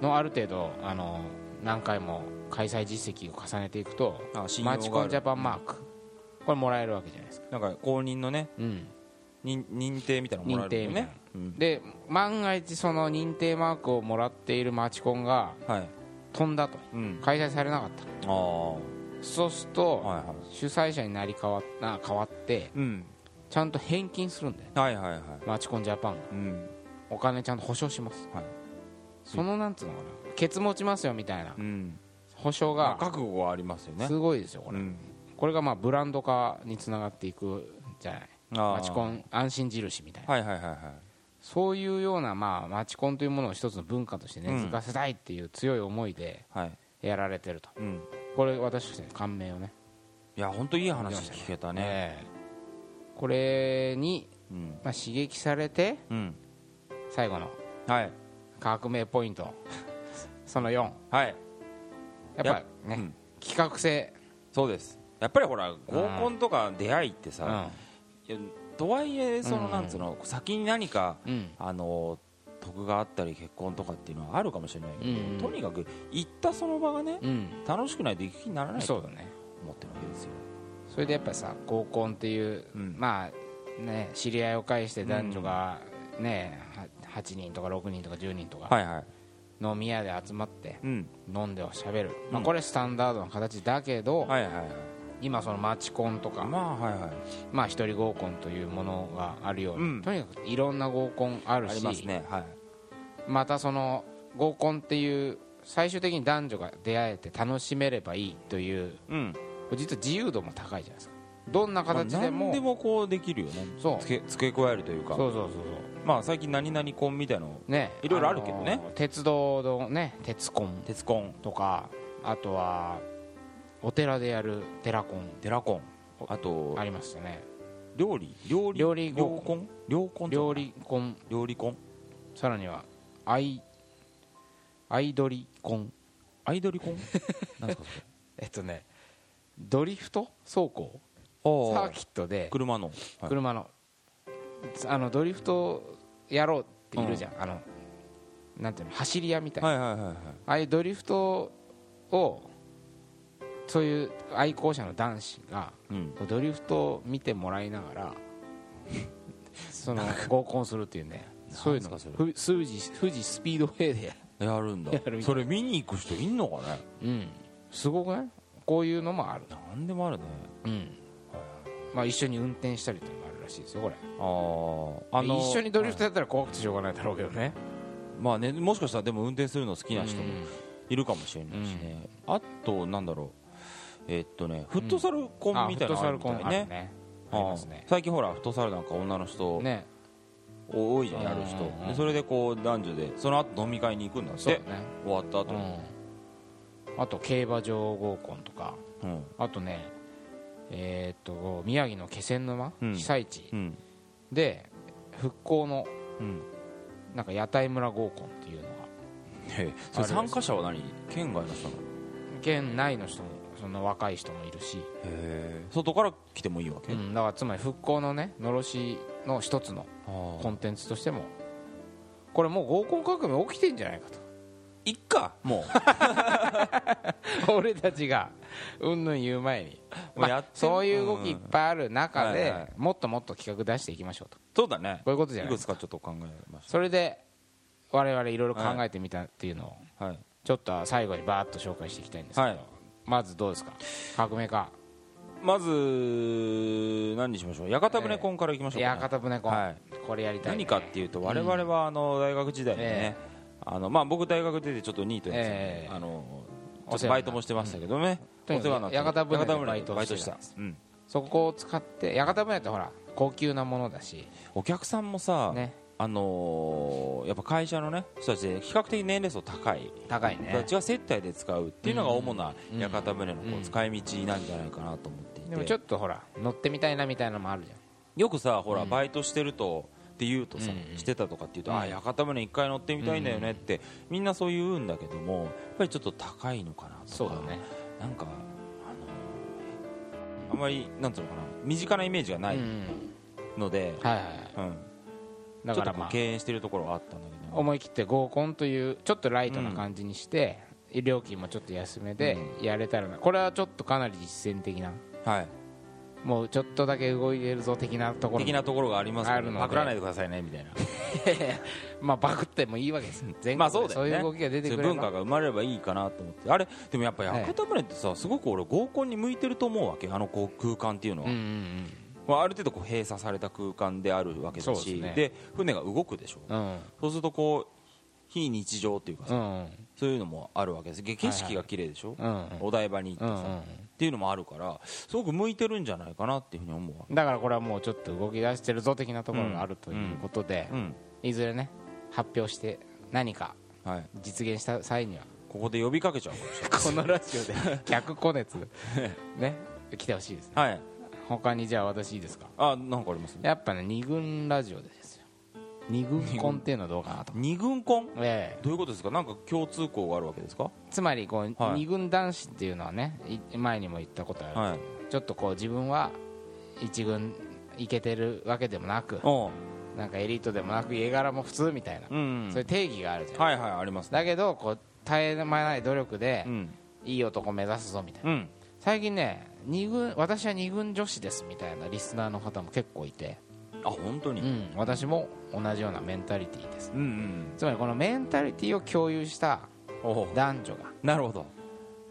Speaker 2: のある程度あの何回も開催実績を重ねていくと
Speaker 1: あ信用があ
Speaker 2: マ
Speaker 1: る
Speaker 2: チコンジャパンマークこれもらえるわけじゃないですか、
Speaker 1: なんか公認のね
Speaker 2: うん、
Speaker 1: 認認定みたいなのもらえるもんねうん
Speaker 2: で万が一その認定マークをもらっているマチコンが
Speaker 1: はい
Speaker 2: 飛んだと
Speaker 1: うん
Speaker 2: 開催されなかった
Speaker 1: ああは
Speaker 2: そうする
Speaker 1: い
Speaker 2: と
Speaker 1: は
Speaker 2: 主催者になり変わな変わって
Speaker 1: いうん
Speaker 2: ちゃんと返金するんだよね
Speaker 1: はいはいはい
Speaker 2: マチコンジャパンが
Speaker 1: うん
Speaker 2: お金ちゃんと保証します、
Speaker 1: はい
Speaker 2: そのなんつうのかなケツ持ちますよみたいな
Speaker 1: うん
Speaker 2: 保証
Speaker 1: まあ
Speaker 2: が
Speaker 1: 覚悟はありますよね
Speaker 2: すごいですよこれ
Speaker 1: うん
Speaker 2: これがまあブランド化につながっていくじゃない
Speaker 1: ああ
Speaker 2: マチコン安心印みたいな
Speaker 1: はいはいはいは
Speaker 2: そういうようなまあマチコンというものを一つの文化として
Speaker 1: う
Speaker 2: 根
Speaker 1: ん
Speaker 2: 付かせたいっていう強い思いで
Speaker 1: いはい
Speaker 2: やられてると
Speaker 1: うん
Speaker 2: これ私として感銘をね
Speaker 1: いや本当いい話聞けたね
Speaker 2: ええこれに
Speaker 1: うん
Speaker 2: まあ刺激されて
Speaker 1: うん
Speaker 2: 最後の
Speaker 1: はい
Speaker 2: [LAUGHS] 革命ポイントその4
Speaker 1: はい
Speaker 2: やっぱね、
Speaker 1: うん
Speaker 2: 企画性、
Speaker 1: そうですやっぱりほら合コンとか出会いってさ、いやとはいえその
Speaker 2: うん
Speaker 1: なんつうの、先に何か、
Speaker 2: うん
Speaker 1: あの得があったり結婚とかっていうのはあるかもしれないけど、
Speaker 2: うん
Speaker 1: とにかく行ったその場がね、
Speaker 2: うん、
Speaker 1: 楽しくないと行く気にならないと
Speaker 2: そう
Speaker 1: 思
Speaker 2: だね
Speaker 1: ってるわけですよ、
Speaker 2: それでやっぱさ合コンっていう、
Speaker 1: うん
Speaker 2: まあね知り合いを介して男女がね、は8人とか6人とか10人とか
Speaker 1: はいはい
Speaker 2: 飲み屋で集まって
Speaker 1: うん
Speaker 2: 飲んでおしゃべる、ま
Speaker 1: う
Speaker 2: あ、
Speaker 1: ん
Speaker 2: これスタンダードな形だけど、
Speaker 1: はいはいはい
Speaker 2: 今その街コンとか、
Speaker 1: まあはいはい
Speaker 2: まあ、一人合コンというものがあるように、
Speaker 1: うん
Speaker 2: とにかくいろんな合コンある
Speaker 1: あ
Speaker 2: し
Speaker 1: りますねはい
Speaker 2: またその合コンっていう最終的に男女が出会えて楽しめればいいという
Speaker 1: うん
Speaker 2: 実は自由度も高いじゃないですかどんな形で
Speaker 1: まあ何
Speaker 2: も,、
Speaker 1: でもこうできるよね
Speaker 2: そう
Speaker 1: 付け付け加えるというか
Speaker 2: そうそうそう
Speaker 1: まあ最近何々婚みたいなの
Speaker 2: そうね
Speaker 1: いろいろあるけどね
Speaker 2: の鉄道のね鉄コン
Speaker 1: 鉄婚
Speaker 2: とかあとはお寺でやる寺コン
Speaker 1: デラ婚あと
Speaker 2: ありましたね
Speaker 1: 料理料理
Speaker 2: 料理
Speaker 1: 料婚料婚
Speaker 2: 料理コン
Speaker 1: 料理婚
Speaker 2: さらにはアイアイドリコン
Speaker 1: アイドル婚
Speaker 2: [LAUGHS]
Speaker 1: なんですか
Speaker 2: えっとねドリフト走行
Speaker 1: それ
Speaker 2: サ
Speaker 1: あ
Speaker 2: ーキットで
Speaker 1: 車のはい
Speaker 2: 車の,、あのドリフトやろうっているじゃん、あのなんていうの走り屋みたいな、
Speaker 1: はいはいはいはい
Speaker 2: ああいうドリフトをそういう愛好者の男子が
Speaker 1: うん
Speaker 2: ドリフトを見てもらいな
Speaker 1: [LAUGHS]
Speaker 2: がらその合コンするっていうねそういうの
Speaker 1: なんすか
Speaker 2: ふ富士富士スピードウェイで、
Speaker 1: やるんだ
Speaker 2: [LAUGHS] やるみたい
Speaker 1: それ見に行く人いんのかね
Speaker 2: うん、すごくないこういうのもある、
Speaker 1: なんでもあるね
Speaker 2: うんまあ、一緒に運転したりとかもあるらしいですよこれ
Speaker 1: あーあの
Speaker 2: 一緒にドリフトやったら怖くてしょうがないだろうけどね
Speaker 1: まあねもしかしたらでも運転するの好きな人もいるかもしれないしね、あとなんだろうえっとねフットサル
Speaker 2: う
Speaker 1: 婚
Speaker 2: んあ
Speaker 1: みたいなのあるみたい
Speaker 2: フットサルコンある
Speaker 1: ね
Speaker 2: ね
Speaker 1: あ
Speaker 2: あ
Speaker 1: ー
Speaker 2: りますね
Speaker 1: 最近ほらフットサルなんか女の人
Speaker 2: ね
Speaker 1: 多いじゃん
Speaker 2: うん
Speaker 1: や
Speaker 2: うんう
Speaker 1: る
Speaker 2: ん
Speaker 1: 人でそれでこう男女でその後飲み会に行くんだっ
Speaker 2: そう
Speaker 1: て
Speaker 2: だね
Speaker 1: 終わった後に
Speaker 2: うんあと競馬場合コンとか
Speaker 1: うん
Speaker 2: あとねえーっと宮城の気仙沼
Speaker 1: うん
Speaker 2: 被災地
Speaker 1: うん
Speaker 2: で復興の
Speaker 1: うん
Speaker 2: なんか屋台村合コンっていうのが
Speaker 1: へえそれ参加者は何県外の人なの
Speaker 2: 県内の人もその若い人もいるし、
Speaker 1: へえ外から来てもいいわけ、
Speaker 2: うんだからつまり復興のねのろしの一つの
Speaker 1: あー
Speaker 2: コンテンツとしてもこれもう合コン革命起きてんじゃないか
Speaker 1: いっかも
Speaker 2: [LAUGHS] と [LAUGHS] 俺たちがうんぬん言う前に
Speaker 1: うもうやって
Speaker 2: そういう動
Speaker 1: ん
Speaker 2: きいっぱいある中
Speaker 1: うんはいは
Speaker 2: で
Speaker 1: い
Speaker 2: もっともっと企画出していきましょうと
Speaker 1: そうだね
Speaker 2: こういうことじゃ
Speaker 1: い
Speaker 2: ない
Speaker 1: くつかちょっと考えまし
Speaker 2: それで我々いろいろ考えてみたっていうのを
Speaker 1: たはい
Speaker 2: ちょっと最後にバーッと紹介していきたいんですけど、
Speaker 1: はい
Speaker 2: まずどうですか革命家
Speaker 1: まず何にしましょう屋形船婚からいきましょうか、
Speaker 2: 屋形船コン、
Speaker 1: はい
Speaker 2: これやりたい、
Speaker 1: 何
Speaker 2: ね、
Speaker 1: かっていうと我々はあの大学時代にね、あのまあ、僕大学出てちょっとニートに、
Speaker 2: ええ
Speaker 1: あの
Speaker 2: お世話になった
Speaker 1: ちょっとバイトもしてましたけどね、
Speaker 2: うん
Speaker 1: お世話になった
Speaker 2: 屋形船
Speaker 1: 屋
Speaker 2: で
Speaker 1: 形で
Speaker 2: バ
Speaker 1: バ
Speaker 2: イ
Speaker 1: イ
Speaker 2: ト
Speaker 1: ト
Speaker 2: し
Speaker 1: してた
Speaker 2: たんです
Speaker 1: うん
Speaker 2: そこを使って屋形船ってほら高級なものだし
Speaker 1: お客さんもさ、
Speaker 2: ね
Speaker 1: あのーやっぱ会社の、ね、人たちで比較的年齢層高い
Speaker 2: 高い
Speaker 1: 人た
Speaker 2: ね
Speaker 1: ちが接待で使うっていうのが主な
Speaker 2: うん
Speaker 1: 屋形船のこ
Speaker 2: うん
Speaker 1: う使い道なんじゃないかなと思っていて、
Speaker 2: でもちょっとほら乗ってみたいなみたいなのもあるじ
Speaker 1: よくさほら、
Speaker 2: うん
Speaker 1: バイトしてるとって言うとさ、
Speaker 2: うんうん
Speaker 1: してたとかって言うと、
Speaker 2: うん
Speaker 1: ああ屋形船一回乗ってみたいんだよねって、みんなそう言うんだけどもやっぱりちょっと高いのかなとか
Speaker 2: そうだね
Speaker 1: なんかあのあんまりなんつうのかな身近なイメージが
Speaker 2: ゃ、
Speaker 1: なんい
Speaker 2: うん
Speaker 1: ので、
Speaker 2: はいはいはい
Speaker 1: うん
Speaker 2: だ
Speaker 1: ちょ
Speaker 2: か
Speaker 1: っと
Speaker 2: ら
Speaker 1: こ
Speaker 2: ま
Speaker 1: う
Speaker 2: あ
Speaker 1: 敬遠してるところがあったんだけど、
Speaker 2: 思い切って合コンというちょっとライトな感じにして、料金もちょっと安めでやれたらな、これはちょっとかなり実践的な
Speaker 1: はい、
Speaker 2: もうちょっとだけ動いてるぞ的なところ
Speaker 1: 的なところがあります
Speaker 2: あ
Speaker 1: け
Speaker 2: る
Speaker 1: ど
Speaker 2: ので
Speaker 1: パクらないでくださいねみたいな
Speaker 2: [LAUGHS] まあバグってもいいわけです全
Speaker 1: まあ
Speaker 2: 国
Speaker 1: そう
Speaker 2: で
Speaker 1: だ
Speaker 2: そ
Speaker 1: よ
Speaker 2: う
Speaker 1: ね
Speaker 2: いう動きが出て
Speaker 1: そうい
Speaker 2: く
Speaker 1: う
Speaker 2: れ
Speaker 1: 文
Speaker 2: ば
Speaker 1: 化が生まれればいいかなと思ってあれでもやっぱ屋形船ってさ、すごく俺合コンに向いてると思うわけあのこう空間っていうのは
Speaker 2: うんう、ん
Speaker 1: まあ、ある程度こう閉鎖された空間であるわけだ
Speaker 2: そうで
Speaker 1: し
Speaker 2: す
Speaker 1: で、
Speaker 2: ね
Speaker 1: 船が動くでしょ
Speaker 2: うん
Speaker 1: そうするとこう非日常っていうかさ、
Speaker 2: うん
Speaker 1: そういうのもあるわけですげ景色が綺麗でしょ、
Speaker 2: うん
Speaker 1: お台場に行って
Speaker 2: う
Speaker 1: さ、
Speaker 2: ん
Speaker 1: っ、ていうのもあるからすごく向いてるんじゃないかなっていうふうに思うわ、
Speaker 2: うん、だからこれはもうちょっと動き出してるぞ的なところがあるということで、
Speaker 1: うん
Speaker 2: いずれね発表して何か
Speaker 1: はい、
Speaker 2: 実現した際には
Speaker 1: ここで呼びかけちゃうかもし
Speaker 2: このラジオで逆光熱ね来てほしいですね
Speaker 1: れないはい
Speaker 2: 他にじゃあ私いいですか
Speaker 1: あなんかあります
Speaker 2: やっぱね二軍ラジオですよ二軍婚っていうのはどうかなと、
Speaker 1: 二軍婚
Speaker 2: ええ
Speaker 1: どういうことですかなんか共通項があるわけですか
Speaker 2: つまりこう、
Speaker 1: はい
Speaker 2: 二軍男子っていうのはねい前にも言ったことある、
Speaker 1: はい
Speaker 2: ちょっとこう自分は一軍いけてるわけでもなく
Speaker 1: お
Speaker 2: なんかエリートでもなく家柄も普通みたいな、
Speaker 1: うん
Speaker 2: そういう定義があるじゃん、
Speaker 1: はいはいありますね
Speaker 2: だけどこう絶え間ない努力で
Speaker 1: う、ん
Speaker 2: いい男目指すぞみたいな
Speaker 1: うん
Speaker 2: 最近ね二軍私は二軍女子ですみたいなリスナーの方も結構いて、
Speaker 1: あ本当に
Speaker 2: うん、私も同じようなメンタリティーです
Speaker 1: うんうん
Speaker 2: つまりこのメンタリティーを共有した
Speaker 1: おう
Speaker 2: 男女が
Speaker 1: なるほど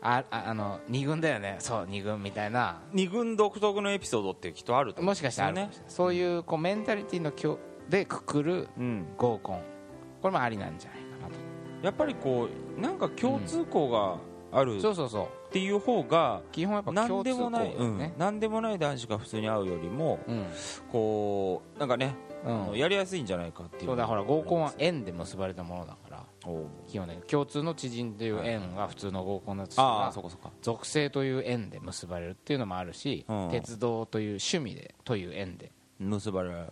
Speaker 2: あああの二軍だよねそう二軍みたいな
Speaker 1: 二軍独特のエピソードってきっとあると思う
Speaker 2: もしかしたらあるかもしれないそういうこうメンタリティーの共でくくる
Speaker 1: うん
Speaker 2: 合コンこれもありなんじゃないかなと
Speaker 1: やっぱりこうなんか共通項がある
Speaker 2: そ
Speaker 1: っ
Speaker 2: うそうそう
Speaker 1: ていう方が
Speaker 2: 基本やっぱ
Speaker 1: 何
Speaker 2: 共
Speaker 1: で
Speaker 2: 通項
Speaker 1: もな
Speaker 2: だ
Speaker 1: い、
Speaker 2: よ
Speaker 1: うん
Speaker 2: ね、
Speaker 1: 何でもない男子が普通に会うよりも
Speaker 2: うん
Speaker 1: こうなんかね、
Speaker 2: うん、
Speaker 1: やりやすいんじゃないかっていう
Speaker 2: そうだほら合コンは縁で結ばれたものだから
Speaker 1: おう
Speaker 2: 基本的に共通の知人という縁が普通の合コンだとした
Speaker 1: ああ
Speaker 2: ら
Speaker 1: そこそこ
Speaker 2: 属性という縁で結ばれるっていうのもあるし、
Speaker 1: うん
Speaker 2: 鉄道という趣味でという縁で
Speaker 1: 結ばれる、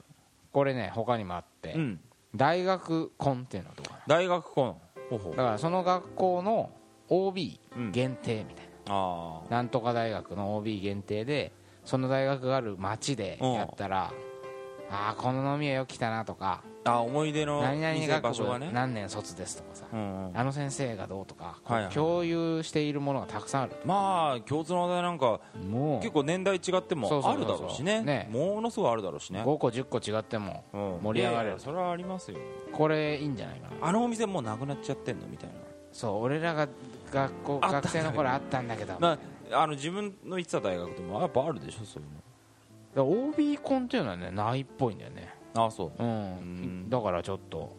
Speaker 2: これね他にもあって、
Speaker 1: うん、
Speaker 2: 大学婚っていうのはどうかな
Speaker 1: 大学婚ほうほう
Speaker 2: だからその学校の OB
Speaker 1: うん
Speaker 2: 限定みたい
Speaker 1: あ
Speaker 2: な、なんとか大学の OB 限定でその大学がある町でやったら、ああこの飲み屋よく来たなとか
Speaker 1: ーあー思い出の
Speaker 2: 何々
Speaker 1: 店
Speaker 2: 学
Speaker 1: 場所が
Speaker 2: 部
Speaker 1: ね
Speaker 2: 何年卒ですとかさ、
Speaker 1: うんうん
Speaker 2: あの先生がどうとか、こう
Speaker 1: はいはい
Speaker 2: 共有しているものがたくさんある
Speaker 1: まあ共通の話題なんか
Speaker 2: も
Speaker 1: 結構年代違って
Speaker 2: そ
Speaker 1: も
Speaker 2: うそう
Speaker 1: あ
Speaker 2: そう
Speaker 1: る
Speaker 2: そう
Speaker 1: だろうしね
Speaker 2: ね
Speaker 1: ものすごいあるだろうしね、
Speaker 2: 5個10個違っても
Speaker 1: うん
Speaker 2: 盛り上がる
Speaker 1: いやいやそれはありますよ
Speaker 2: これいいんじゃないかな
Speaker 1: あのお店もうなくなっちゃってんのみたい
Speaker 2: そう俺らが学校
Speaker 1: あった
Speaker 2: 学生の頃あったんだけど
Speaker 1: ななあの自分の行ってた大学でもやっぱあるでしょそういう
Speaker 2: OB 婚っていうのはねないっぽいんだよね
Speaker 1: のあそう、
Speaker 2: うん
Speaker 1: ん
Speaker 2: だからちょっと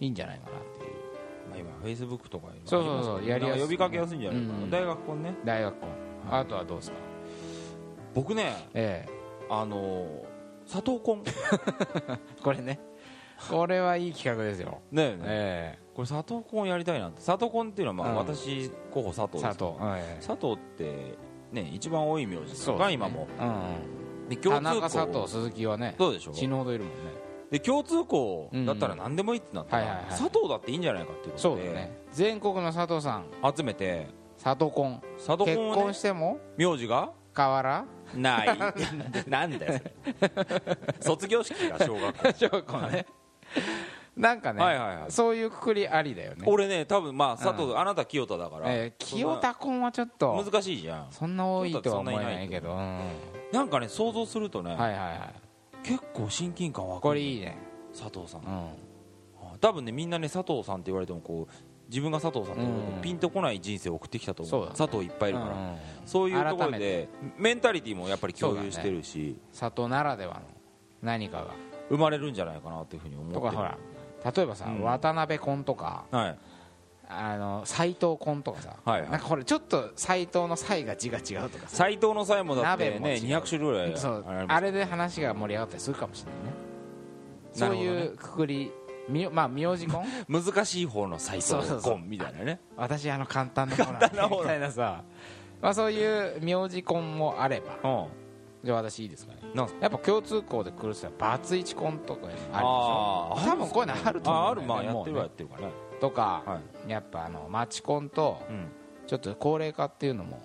Speaker 2: いいんじゃないかなっていう
Speaker 1: まあ、今フェイスブックとかいろいろ
Speaker 2: そうそうそう
Speaker 1: ありますもんね
Speaker 2: やり
Speaker 1: な
Speaker 2: やすい
Speaker 1: んか呼びかけやすいんじゃないかな、
Speaker 2: うん
Speaker 1: 大学婚ね
Speaker 2: 大学婚あとはどうですか
Speaker 1: 僕ね
Speaker 2: え
Speaker 1: あのー佐藤婚 [LAUGHS] ね
Speaker 2: えこれねこれはいい企画ですよ
Speaker 1: えねえ
Speaker 2: え
Speaker 1: これ佐藤婚やりたいなって佐藤婚っていうのはまあ、
Speaker 2: うん
Speaker 1: 私候補佐
Speaker 2: え
Speaker 1: 藤で
Speaker 2: 佐
Speaker 1: すけど
Speaker 2: 藤ええ
Speaker 1: 佐藤ってね一番多い名字です
Speaker 2: そう
Speaker 1: が、
Speaker 2: ですね
Speaker 1: 今も
Speaker 2: うん
Speaker 1: で
Speaker 2: うん
Speaker 1: 共
Speaker 2: 田
Speaker 1: 通項
Speaker 2: 中佐藤鈴木はね
Speaker 1: そうでしょ
Speaker 2: 死ぬほどいるもんね
Speaker 1: で共通項だったら何でもいいってなったら、
Speaker 2: うんはいはいはい
Speaker 1: 佐藤だっていいんじゃないかっていうこ
Speaker 2: そ
Speaker 1: と
Speaker 2: うだ
Speaker 1: で、
Speaker 2: ね全国の佐藤さん
Speaker 1: 集めて
Speaker 2: 佐藤婚
Speaker 1: 佐藤
Speaker 2: 結
Speaker 1: 婚を、
Speaker 2: 婚
Speaker 1: ね、
Speaker 2: しても
Speaker 1: 名字が
Speaker 2: 変わら
Speaker 1: ない
Speaker 2: [LAUGHS]
Speaker 1: なんだよそれ卒業式が小学校、
Speaker 2: 小学校ね [LAUGHS] なんかね、
Speaker 1: はいはいはい
Speaker 2: そういうくくりありだよね、
Speaker 1: 俺ね多分まあ佐藤、あなた清田だから、
Speaker 2: えー、清田君はちょっと
Speaker 1: 難しいじゃん
Speaker 2: そんな多いとは思えないけどうん
Speaker 1: なんかね想像するとね、
Speaker 2: はいはいはい
Speaker 1: 結構親近感わか
Speaker 2: こ
Speaker 1: る
Speaker 2: れいいね
Speaker 1: 佐藤さん、
Speaker 2: うん
Speaker 1: 多分ねみんなね佐藤さんって言われてもこう自分が佐藤さんって言われても
Speaker 2: うん
Speaker 1: ピンとこない人生を送ってきたと思う,、
Speaker 2: そうだね
Speaker 1: 佐藤いっぱいいるから、
Speaker 2: うん
Speaker 1: そういうところ
Speaker 2: 改め
Speaker 1: でメンタリティもやっぱり共有してるし、
Speaker 2: 佐藤ならではの何かが
Speaker 1: 生まれるんじゃないかなっていうふうに思って
Speaker 2: と
Speaker 1: る
Speaker 2: かほら例えばさ、
Speaker 1: うん
Speaker 2: 渡辺君とか
Speaker 1: はい
Speaker 2: あの斎藤君とかさ、
Speaker 1: はいはい
Speaker 2: なんかこれちょっと斎藤の斎が字が違うとかさ
Speaker 1: 斎藤の際もだって
Speaker 2: 鍋も違
Speaker 1: ね
Speaker 2: う
Speaker 1: 200種類ぐらい
Speaker 2: そう
Speaker 1: あります
Speaker 2: あれで話が盛り上がったりするかもしれないね
Speaker 1: なる
Speaker 2: そう
Speaker 1: ほどね
Speaker 2: いうくくりみまあ名字婚
Speaker 1: [LAUGHS] 難しい方の斎藤
Speaker 2: そうそうそう
Speaker 1: 婚みたいなね
Speaker 2: 私あの簡単な方なんで
Speaker 1: 単な方
Speaker 2: みたいなさ、まあ、そういう名字婚もあれば
Speaker 1: うん
Speaker 2: じゃあ私いいですかね
Speaker 1: なんすか
Speaker 2: やっぱ共通項で来る人はバツイチ婚とかいうのあ
Speaker 1: あ
Speaker 2: るでし
Speaker 1: ー
Speaker 2: ょ多分こういうのあると
Speaker 1: あ
Speaker 2: 思
Speaker 1: あ
Speaker 2: う
Speaker 1: る
Speaker 2: んだよ
Speaker 1: ま
Speaker 2: ね、
Speaker 1: あやってる
Speaker 2: も
Speaker 1: はや
Speaker 2: う
Speaker 1: っ
Speaker 2: ね
Speaker 1: てるからね
Speaker 2: とか、
Speaker 1: は
Speaker 2: やっぱあの町婚と
Speaker 1: いうん
Speaker 2: ちょっと高齢化っていうのも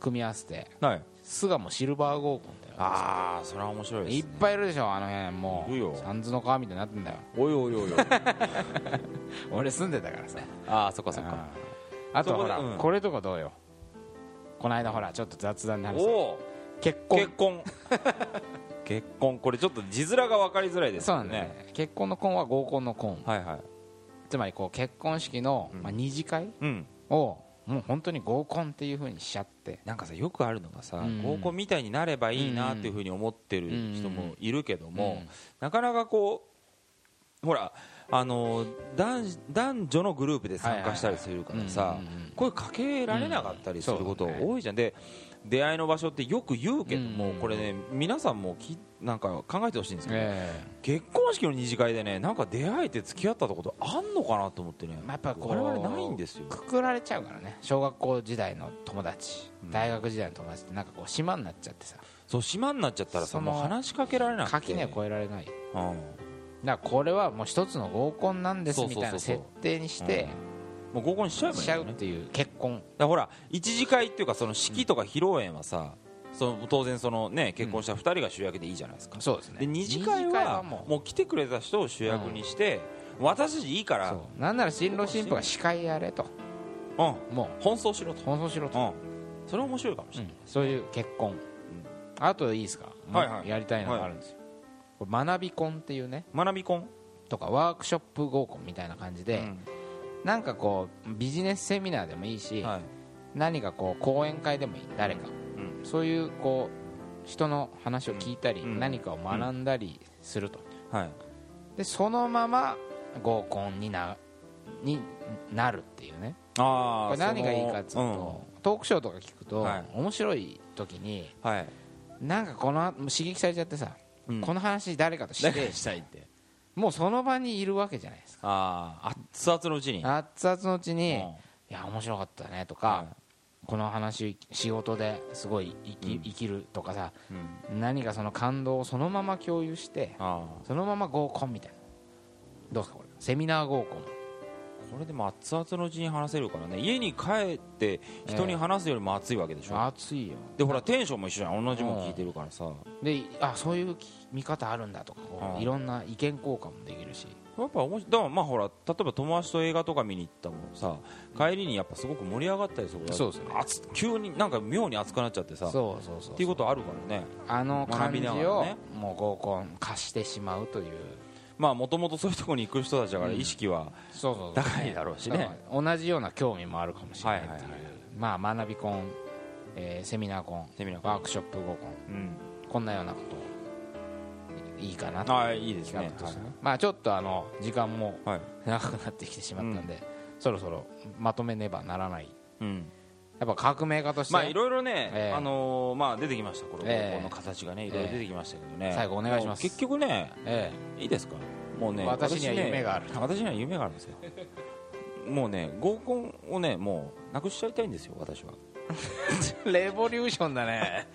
Speaker 2: 組み合わせて
Speaker 1: はい
Speaker 2: 巣鴨シルバー合コンってあ
Speaker 1: ああそれは面白いです
Speaker 2: いっ
Speaker 1: ね
Speaker 2: ぱいいるでしょあの辺も
Speaker 1: いるよ
Speaker 2: う三途の川みたいになってんだよ
Speaker 1: おいおいおいおい
Speaker 2: 俺住んでたからさ
Speaker 1: [LAUGHS] ああそっかそっか
Speaker 2: あーあとはほら
Speaker 1: そこでうん
Speaker 2: これとかどうよこの間ほらちょっと雑談で話した
Speaker 1: おお
Speaker 2: 結婚
Speaker 1: 結 [LAUGHS] 婚結婚これちょっと字面が分かりづらいです
Speaker 2: そう
Speaker 1: よ
Speaker 2: なんだよね結婚の婚は合コンの婚
Speaker 1: はいはい
Speaker 2: つまりこう結婚式の、まあ、二次会
Speaker 1: うん
Speaker 2: をもう本当に合コンっていうふうにしちゃって
Speaker 1: なんかさよくあるのがさ、
Speaker 2: うん
Speaker 1: 合コンみたいになればいいなっていうふうに思ってる人もいるけども、
Speaker 2: うん
Speaker 1: なかなかこうほらあの男子男女のグループで参加したりするからさ、
Speaker 2: うんうんうん
Speaker 1: 声かけられなかったりすること
Speaker 2: うんそうだね
Speaker 1: 多いじゃん、で出会いの場所ってよく言うけども、
Speaker 2: うん
Speaker 1: これね皆さんもきなんか考えてほしいんですけど、
Speaker 2: え
Speaker 1: 結婚式の二次会でねなんか出会えて付き合ったことあんのかなと思ってね、
Speaker 2: まあやっぱこう
Speaker 1: 我々ないんですよ
Speaker 2: えくくられちゃうからね小学校時代の友達
Speaker 1: うん
Speaker 2: 大学時代の友達ってなんかこう島になっちゃってさ
Speaker 1: そう島になっちゃったらさ
Speaker 2: その
Speaker 1: もう話しかけられなくて
Speaker 2: 垣根を越えられない
Speaker 1: うん
Speaker 2: だからこれはもう一つの合コンなんです
Speaker 1: そうそうそう
Speaker 2: みたいな設定にして
Speaker 1: もう合コンしちゃえばい
Speaker 2: し
Speaker 1: い
Speaker 2: ちゃ
Speaker 1: よ
Speaker 2: うっ
Speaker 1: ね
Speaker 2: ていう結婚
Speaker 1: だからほら一次会っていうかその式とか披露宴はさ、その当然そのね結婚した2人が主役でいいじゃないですか、
Speaker 2: そうですね
Speaker 1: で二次会はも
Speaker 2: も
Speaker 1: う
Speaker 2: う
Speaker 1: 来てくれた人を主役にして、私たちいいからう
Speaker 2: そうなんなら新郎新婦が司会やれと
Speaker 1: ん
Speaker 2: も
Speaker 1: 奔走しろ
Speaker 2: う
Speaker 1: と、
Speaker 2: 奔走しろ
Speaker 1: う
Speaker 2: と、
Speaker 1: ん、それ面白いかもし
Speaker 2: う
Speaker 1: れ
Speaker 2: んそういう結婚、あといいですか、
Speaker 1: はいはい
Speaker 2: やりたいのがあるんですよ、これ学び婚っていうね
Speaker 1: ない、学び婚
Speaker 2: とかワークショップ合コンみたいな感じで、
Speaker 1: う
Speaker 2: なんかこうビジネスセミナーでもいいし、
Speaker 1: んはい
Speaker 2: 何かこう講演会でもいい誰か、
Speaker 1: う
Speaker 2: そういうこう人の話を聞いたり、
Speaker 1: うん
Speaker 2: 何かを学んだりすると、
Speaker 1: はい、
Speaker 2: でそのまま合コンになになるっていうね
Speaker 1: あ
Speaker 2: こ
Speaker 1: あ
Speaker 2: れ何がいいかっていうと、トークショーとか聞くと、
Speaker 1: はい
Speaker 2: 面白い時に
Speaker 1: はい、
Speaker 2: なんかこのもう刺激されちゃってさ、
Speaker 1: うん
Speaker 2: この話誰かとし
Speaker 1: だから
Speaker 2: て
Speaker 1: したいって
Speaker 2: もうその場にいるわけじゃないですか
Speaker 1: ああ熱々のうちに
Speaker 2: 熱々のうちに、
Speaker 1: うん
Speaker 2: いや面白かったねとか、
Speaker 1: は
Speaker 2: この話仕事ですごい生き,、
Speaker 1: うん
Speaker 2: 生きるとかさ
Speaker 1: いうん
Speaker 2: 何かその感動をそのまま共有して
Speaker 1: ああ
Speaker 2: そのまま合コンみたいなどうですかこれセミナー合コン
Speaker 1: これでも熱々のうちに話せるからね家に帰って人に話すよりも熱いわけでしょ、
Speaker 2: 熱いよ
Speaker 1: でほらテンションも一緒じゃん同じもん聞いてるからさ、
Speaker 2: であそういう見方あるんだとかこう
Speaker 1: うん
Speaker 2: いろんな意見交換もできるし
Speaker 1: やっぱ面白いだからまあほら例えば友達と映画とか見に行ったもんさ帰りにやっぱすごく盛り上がったりするから
Speaker 2: そうですね
Speaker 1: 熱急になんか妙に熱くなっちゃってさっ
Speaker 2: そうそうそう
Speaker 1: ていうことあるからね
Speaker 2: あの感じ
Speaker 1: 学びなが
Speaker 2: を
Speaker 1: らね
Speaker 2: もう合コン化してしまうという
Speaker 1: まあもともとそういうところに行く人たちだから意識は、
Speaker 2: そうそうそう
Speaker 1: 高いだろうしね
Speaker 2: だから同じような興味もあるかもしれないっていう、
Speaker 1: はいはいはい
Speaker 2: まあ学びコン、えーセミナーコン
Speaker 1: セミナーコン
Speaker 2: ワークショップ合コ
Speaker 1: う
Speaker 2: ン
Speaker 1: ん
Speaker 2: こんなようなことをいいかな
Speaker 1: ああいいですね
Speaker 2: 企画としてねまあちょっとあの時間も
Speaker 1: はい、はい
Speaker 2: 長くなってきてしまったんで、そろそろまとめねばならない
Speaker 1: うん、
Speaker 2: やっぱ革命家として、
Speaker 1: まあいろいろね、
Speaker 2: ええ
Speaker 1: あのーまあ出てきましたこれ、
Speaker 2: え
Speaker 1: 合
Speaker 2: え
Speaker 1: コンの形がねいろいろ出てきましたけどね、
Speaker 2: ええ最後お願いしま
Speaker 1: も
Speaker 2: す
Speaker 1: う結局ね
Speaker 2: え
Speaker 1: いいですかもうね
Speaker 2: 私には
Speaker 1: ね
Speaker 2: 夢がある
Speaker 1: [LAUGHS] 私には夢があるんですよもうね合コンをねもうなくしちゃいたいんですよ私は [LAUGHS]
Speaker 2: えレボリューションだね、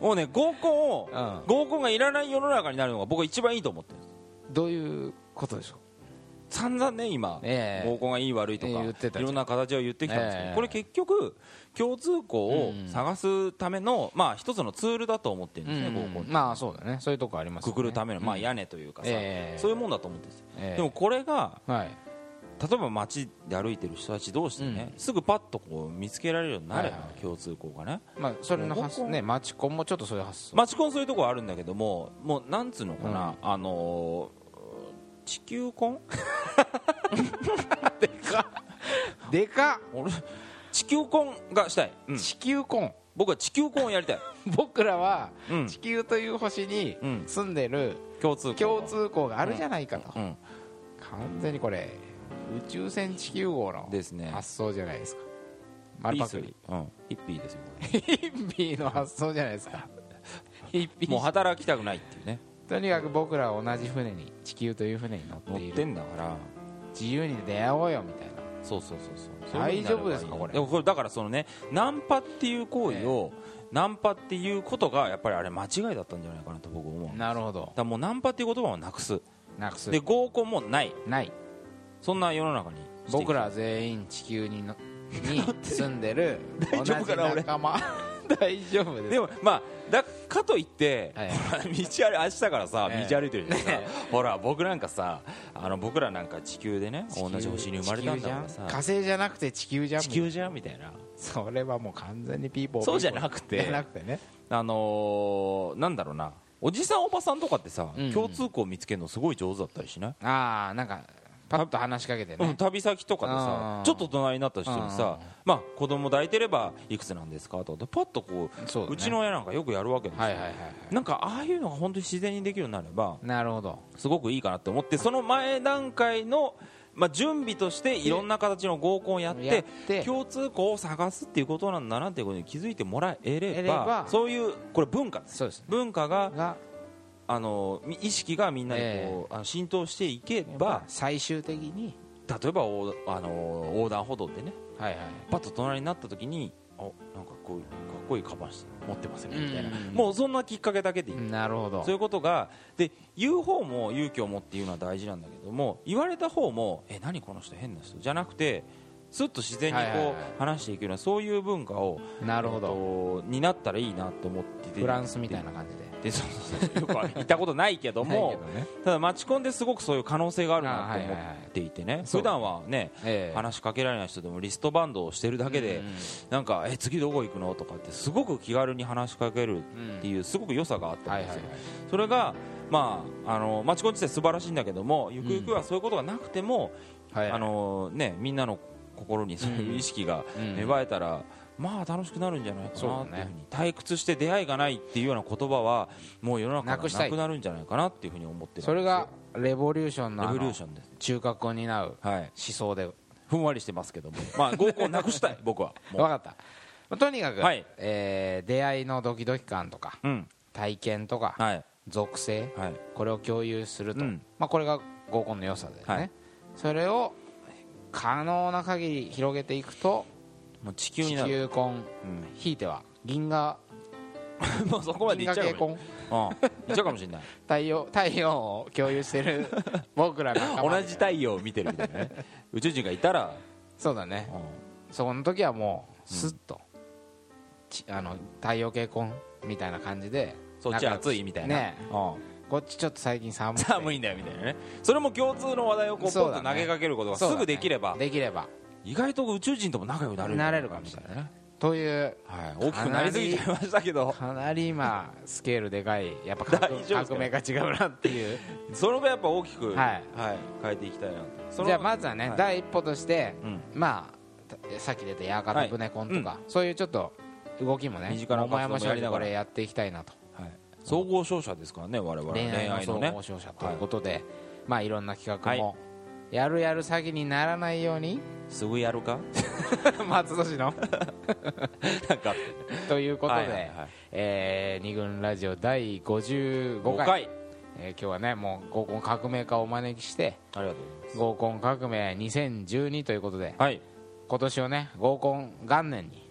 Speaker 1: もうね合コンを、
Speaker 2: うん
Speaker 1: 合コンがいらない世の中になるのが僕は一番いいと思ってるんです
Speaker 2: どういうことでしょう
Speaker 1: 散々ね今、
Speaker 2: ええ
Speaker 1: 合コンがいい悪いとか、
Speaker 2: ええ言ってた
Speaker 1: いろんな形を言ってきたんですけど、
Speaker 2: ええ
Speaker 1: これ結局共通項を
Speaker 2: うん
Speaker 1: 探すための、まあ一つのツールだと思ってるんですね、合コンって
Speaker 2: まあそうだねそういうとこありますよ
Speaker 1: く
Speaker 2: ね
Speaker 1: くるための、まあ、屋根というかさ、
Speaker 2: ええ
Speaker 1: そういうもんだと思ってるんですよ、
Speaker 2: ええ
Speaker 1: でもこれが
Speaker 2: はい
Speaker 1: 例えば街で歩いてる人たち同士でね、すぐパッとこう見つけられるようになれば、
Speaker 2: はいはい
Speaker 1: 共通項がね
Speaker 2: まあそれの発
Speaker 1: 合コ
Speaker 2: 想
Speaker 1: ン
Speaker 2: ねマチコンもちょっとそういう発想
Speaker 1: マチコンそういうところあるんだけどももうなんつうのかな、あのー地球婚 [LAUGHS]
Speaker 2: でか
Speaker 1: 俺地球婚がしたい、う
Speaker 2: っ
Speaker 1: ん
Speaker 2: 地球コン
Speaker 1: 僕は地球婚をやりたい、
Speaker 2: [LAUGHS] 僕らは
Speaker 1: うん
Speaker 2: 地球という星に
Speaker 1: うん
Speaker 2: 住んでる
Speaker 1: 共通項
Speaker 2: 共通項があるじゃないかと
Speaker 1: うん
Speaker 2: 完全にこれ宇宙船地球号の
Speaker 1: ですね
Speaker 2: 発想じゃないですか丸
Speaker 1: ピー
Speaker 2: パ
Speaker 1: ス
Speaker 2: クリ
Speaker 1: うん、ヒ [LAUGHS] ッピーですよこれ
Speaker 2: ヒッピーの発想じゃないで
Speaker 1: [LAUGHS]
Speaker 2: すかヒッピ
Speaker 1: もう
Speaker 2: ー
Speaker 1: 働きたくないっていうね
Speaker 2: とにかく僕らは同じ船に地球という船に乗って
Speaker 1: 乗
Speaker 2: い
Speaker 1: って
Speaker 2: る
Speaker 1: んだから
Speaker 2: 自由に出会おうよみたいな
Speaker 1: そうそうそうそうそういう
Speaker 2: 大
Speaker 1: 風
Speaker 2: 丈
Speaker 1: になればい
Speaker 2: 夫
Speaker 1: い
Speaker 2: ですかこれ
Speaker 1: でもこれだからそのねナンパっていう行為を、ナンパっていうことがやっぱりあれ間違いだったんじゃないかなと僕思うだか
Speaker 2: なるほど
Speaker 1: らもうナンパっていう言葉をなくす
Speaker 2: なくす
Speaker 1: で合コンもない
Speaker 2: ない
Speaker 1: そんな世の中にしていきたい
Speaker 2: 僕ら全員地球 [LAUGHS] にのに住んでる
Speaker 1: 大
Speaker 2: 同じ
Speaker 1: 丈夫かな俺
Speaker 2: 仲間 [LAUGHS] 大丈夫です
Speaker 1: でもまあだかといって、
Speaker 2: はい
Speaker 1: ほら道歩い明日からさ、
Speaker 2: ええ
Speaker 1: 道歩いてるじゃんさ、ほら僕なんかさあの僕らなんか地球でね
Speaker 2: 地
Speaker 1: 同
Speaker 2: 球
Speaker 1: じ星に生まれたんだから
Speaker 2: 地球じゃん火
Speaker 1: さ
Speaker 2: 星じゃなくて地球じゃん
Speaker 1: 地球じゃんみたいな
Speaker 2: それはもう完全にピーポー
Speaker 1: そうじゃなく
Speaker 2: ピーポーじゃな
Speaker 1: て
Speaker 2: くてね
Speaker 1: あのーなんだろうなおじさんおばさんとかってさ、
Speaker 2: うんうん
Speaker 1: 共通項見つけるのすごい上手だったりしない
Speaker 2: ああなんかパッと話しかけて
Speaker 1: うん、
Speaker 2: ね
Speaker 1: 旅先とかで
Speaker 2: う
Speaker 1: さ
Speaker 2: ん
Speaker 1: ちょっと大人になった人にさまあ子供抱いてればいくつなんですかとかでパッとこう
Speaker 2: そうだね
Speaker 1: うちの親なんかよくやるわけですよ
Speaker 2: はいはいはいは
Speaker 1: なんかああいうのが本当に自然にできるようになれば
Speaker 2: いなるほど
Speaker 1: すごくいいかなって思ってその前段階のまあ準備としていろんな形の合コンをやっ
Speaker 2: やってて
Speaker 1: 共通項を探すっていうことなんだなっていうことに気づいてもらえれ
Speaker 2: 得れば
Speaker 1: ばそういうこれ文化です
Speaker 2: そうですね
Speaker 1: 文化が
Speaker 2: が
Speaker 1: あのみ意識がみんなにこうあの浸透していけば
Speaker 2: 最終的に
Speaker 1: 例えばおあの横断歩道でね
Speaker 2: はいはい
Speaker 1: パッと隣になった時にあなんかこういうかっこいいカバンして持ってますねみたいな
Speaker 2: うんうんうん
Speaker 1: もうそんなきっかけだけでいい
Speaker 2: なるほど
Speaker 1: そういうことがで言う方も勇気を持って言うのは大事なんだけども言われた方もえ何この人変な人じゃなくてすっと自然に
Speaker 2: はいはいは
Speaker 1: こ
Speaker 2: いう
Speaker 1: 話していくようなそういう文化を
Speaker 2: なるほど
Speaker 1: えっとになったらいいなと思ってて
Speaker 2: フランスみたいな感じで
Speaker 1: でそうそう [LAUGHS] そうよくは行ったことないけど
Speaker 2: ないけ
Speaker 1: も
Speaker 2: どね
Speaker 1: ただ待ち込んですごくそういう可能性があるなと
Speaker 2: あはい
Speaker 1: 思
Speaker 2: はいはい
Speaker 1: っていてね
Speaker 2: そう
Speaker 1: 普段はね
Speaker 2: ええ
Speaker 1: 話しかけられない人でもリストバンドをしてるだけで
Speaker 2: うんうん
Speaker 1: なんか「え次どこ行くの?」とかってすごく気軽に話しかけるっていうすごく良さがあった
Speaker 2: は
Speaker 1: ん
Speaker 2: い
Speaker 1: で
Speaker 2: はい
Speaker 1: す
Speaker 2: はい
Speaker 1: よそれがまああの町コン自体素晴らしいんだけどもゆくゆくはそういうことがなくても
Speaker 2: はい
Speaker 1: あのねみんなの心にそういう意識が芽生えたら、まあ楽しくなるんじゃないか
Speaker 2: そう
Speaker 1: な
Speaker 2: だ
Speaker 1: っていう
Speaker 2: ね
Speaker 1: ふうに退屈して出会いがないっていうような言葉はもう世の中
Speaker 2: な
Speaker 1: か
Speaker 2: く
Speaker 1: ら
Speaker 2: したい
Speaker 1: なくなるんじゃないかなっていうふうに思ってるんです
Speaker 2: そ
Speaker 1: よ
Speaker 2: れがレボリューションの
Speaker 1: レ
Speaker 2: あ
Speaker 1: ボリュ
Speaker 2: の
Speaker 1: ーションです、
Speaker 2: 中核を担う思
Speaker 1: はい、
Speaker 2: 想で
Speaker 1: ふんわりしてますけどもまあ合コンなくしたい僕
Speaker 2: [LAUGHS]
Speaker 1: はも
Speaker 2: 分かったまあとにかく、
Speaker 1: はい
Speaker 2: えー出会いのドキドキ感とか
Speaker 1: ううん
Speaker 2: 体験とか、
Speaker 1: はい
Speaker 2: 属性
Speaker 1: はい
Speaker 2: これを共有すると、
Speaker 1: うん
Speaker 2: まあ、これが合コンの良さだよね、
Speaker 1: はい
Speaker 2: それを可能な限り広げていくと
Speaker 1: もう地球に
Speaker 2: 地
Speaker 1: なる、
Speaker 2: 球婚
Speaker 1: う
Speaker 2: ひいては銀河
Speaker 1: ん、もうそこまで
Speaker 2: 銀
Speaker 1: いっ
Speaker 2: 河
Speaker 1: ちゃう
Speaker 2: 系
Speaker 1: かもし
Speaker 2: 婚
Speaker 1: れない、うん、いっちゃうかもしれ
Speaker 2: [LAUGHS]
Speaker 1: ない
Speaker 2: 太陽太陽を共有してる僕ら仲間
Speaker 1: [LAUGHS] 同じ太陽を見てるみたいなね宇宙人がいたら、
Speaker 2: そうだねその時はもうスッと、ちあの太陽系婚みたいな感じで
Speaker 1: そっち暑いみたいな、
Speaker 2: ね [LAUGHS]
Speaker 1: うん
Speaker 2: こっちちょっと最近寒い
Speaker 1: 寒いんだよみたいなねそれも共通の話題をこうポ
Speaker 2: そう
Speaker 1: ン
Speaker 2: だ
Speaker 1: と
Speaker 2: ね
Speaker 1: 投げかけることがす
Speaker 2: そうだね
Speaker 1: ぐできれば、
Speaker 2: できれば
Speaker 1: 意外と宇宙人とも仲良くなれる
Speaker 2: なれるかもしれない
Speaker 1: ね、
Speaker 2: という
Speaker 1: はい、大きくなりすぎちゃいましたけど
Speaker 2: かなり今スケールでかいやっぱ革
Speaker 1: 大丈夫ですか
Speaker 2: 革命が違うなっていう
Speaker 1: それがやっぱ大きく、
Speaker 2: はい
Speaker 1: 変えていきたいなと [LAUGHS] その
Speaker 2: じゃあまずはね、
Speaker 1: い
Speaker 2: 第一歩として、
Speaker 1: うん
Speaker 2: まあたさっき出た屋形船コンとか、そういうちょっと動きもね
Speaker 1: 身近な活動も
Speaker 2: 桃山
Speaker 1: や
Speaker 2: 商
Speaker 1: り
Speaker 2: 事
Speaker 1: な
Speaker 2: こ
Speaker 1: がら
Speaker 2: れやっていきたいなと
Speaker 1: はい、総合商社ですからね我々
Speaker 2: 恋愛の
Speaker 1: の
Speaker 2: 総
Speaker 1: ね
Speaker 2: 合商社ということで、まあいろんな企画も、やるやる詐欺にならないよ
Speaker 1: [LAUGHS]
Speaker 2: うに
Speaker 1: すぐやる
Speaker 2: [LAUGHS]
Speaker 1: か
Speaker 2: 松戸市の
Speaker 1: なんか
Speaker 2: ということで、
Speaker 1: はいはいはい
Speaker 2: えー二軍ラジオ第55
Speaker 1: 5
Speaker 2: 回
Speaker 1: 回
Speaker 2: えー今日はねもう合コン革命家をお招きして
Speaker 1: ありがとうございます
Speaker 2: 合コン革命2012ということで
Speaker 1: はい
Speaker 2: 今年をね合コン元年に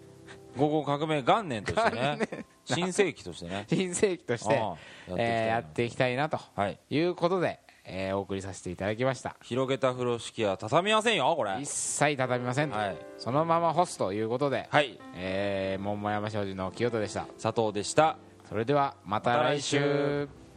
Speaker 1: 合コン革命元年としてね新世紀としてね
Speaker 2: 新世紀として
Speaker 1: ああ
Speaker 2: えーや
Speaker 1: や
Speaker 2: っ
Speaker 1: って
Speaker 2: いきたいなと
Speaker 1: はい
Speaker 2: いうことで、えーお送りさせていただきました
Speaker 1: 広げた風呂敷は畳みませんよこれ
Speaker 2: 一切畳みませんと、
Speaker 1: はい
Speaker 2: そのまま干すということで、
Speaker 1: はい
Speaker 2: えー桃山商事の清田でした
Speaker 1: 佐藤でした
Speaker 2: それではまた来
Speaker 1: また
Speaker 2: 週
Speaker 1: 来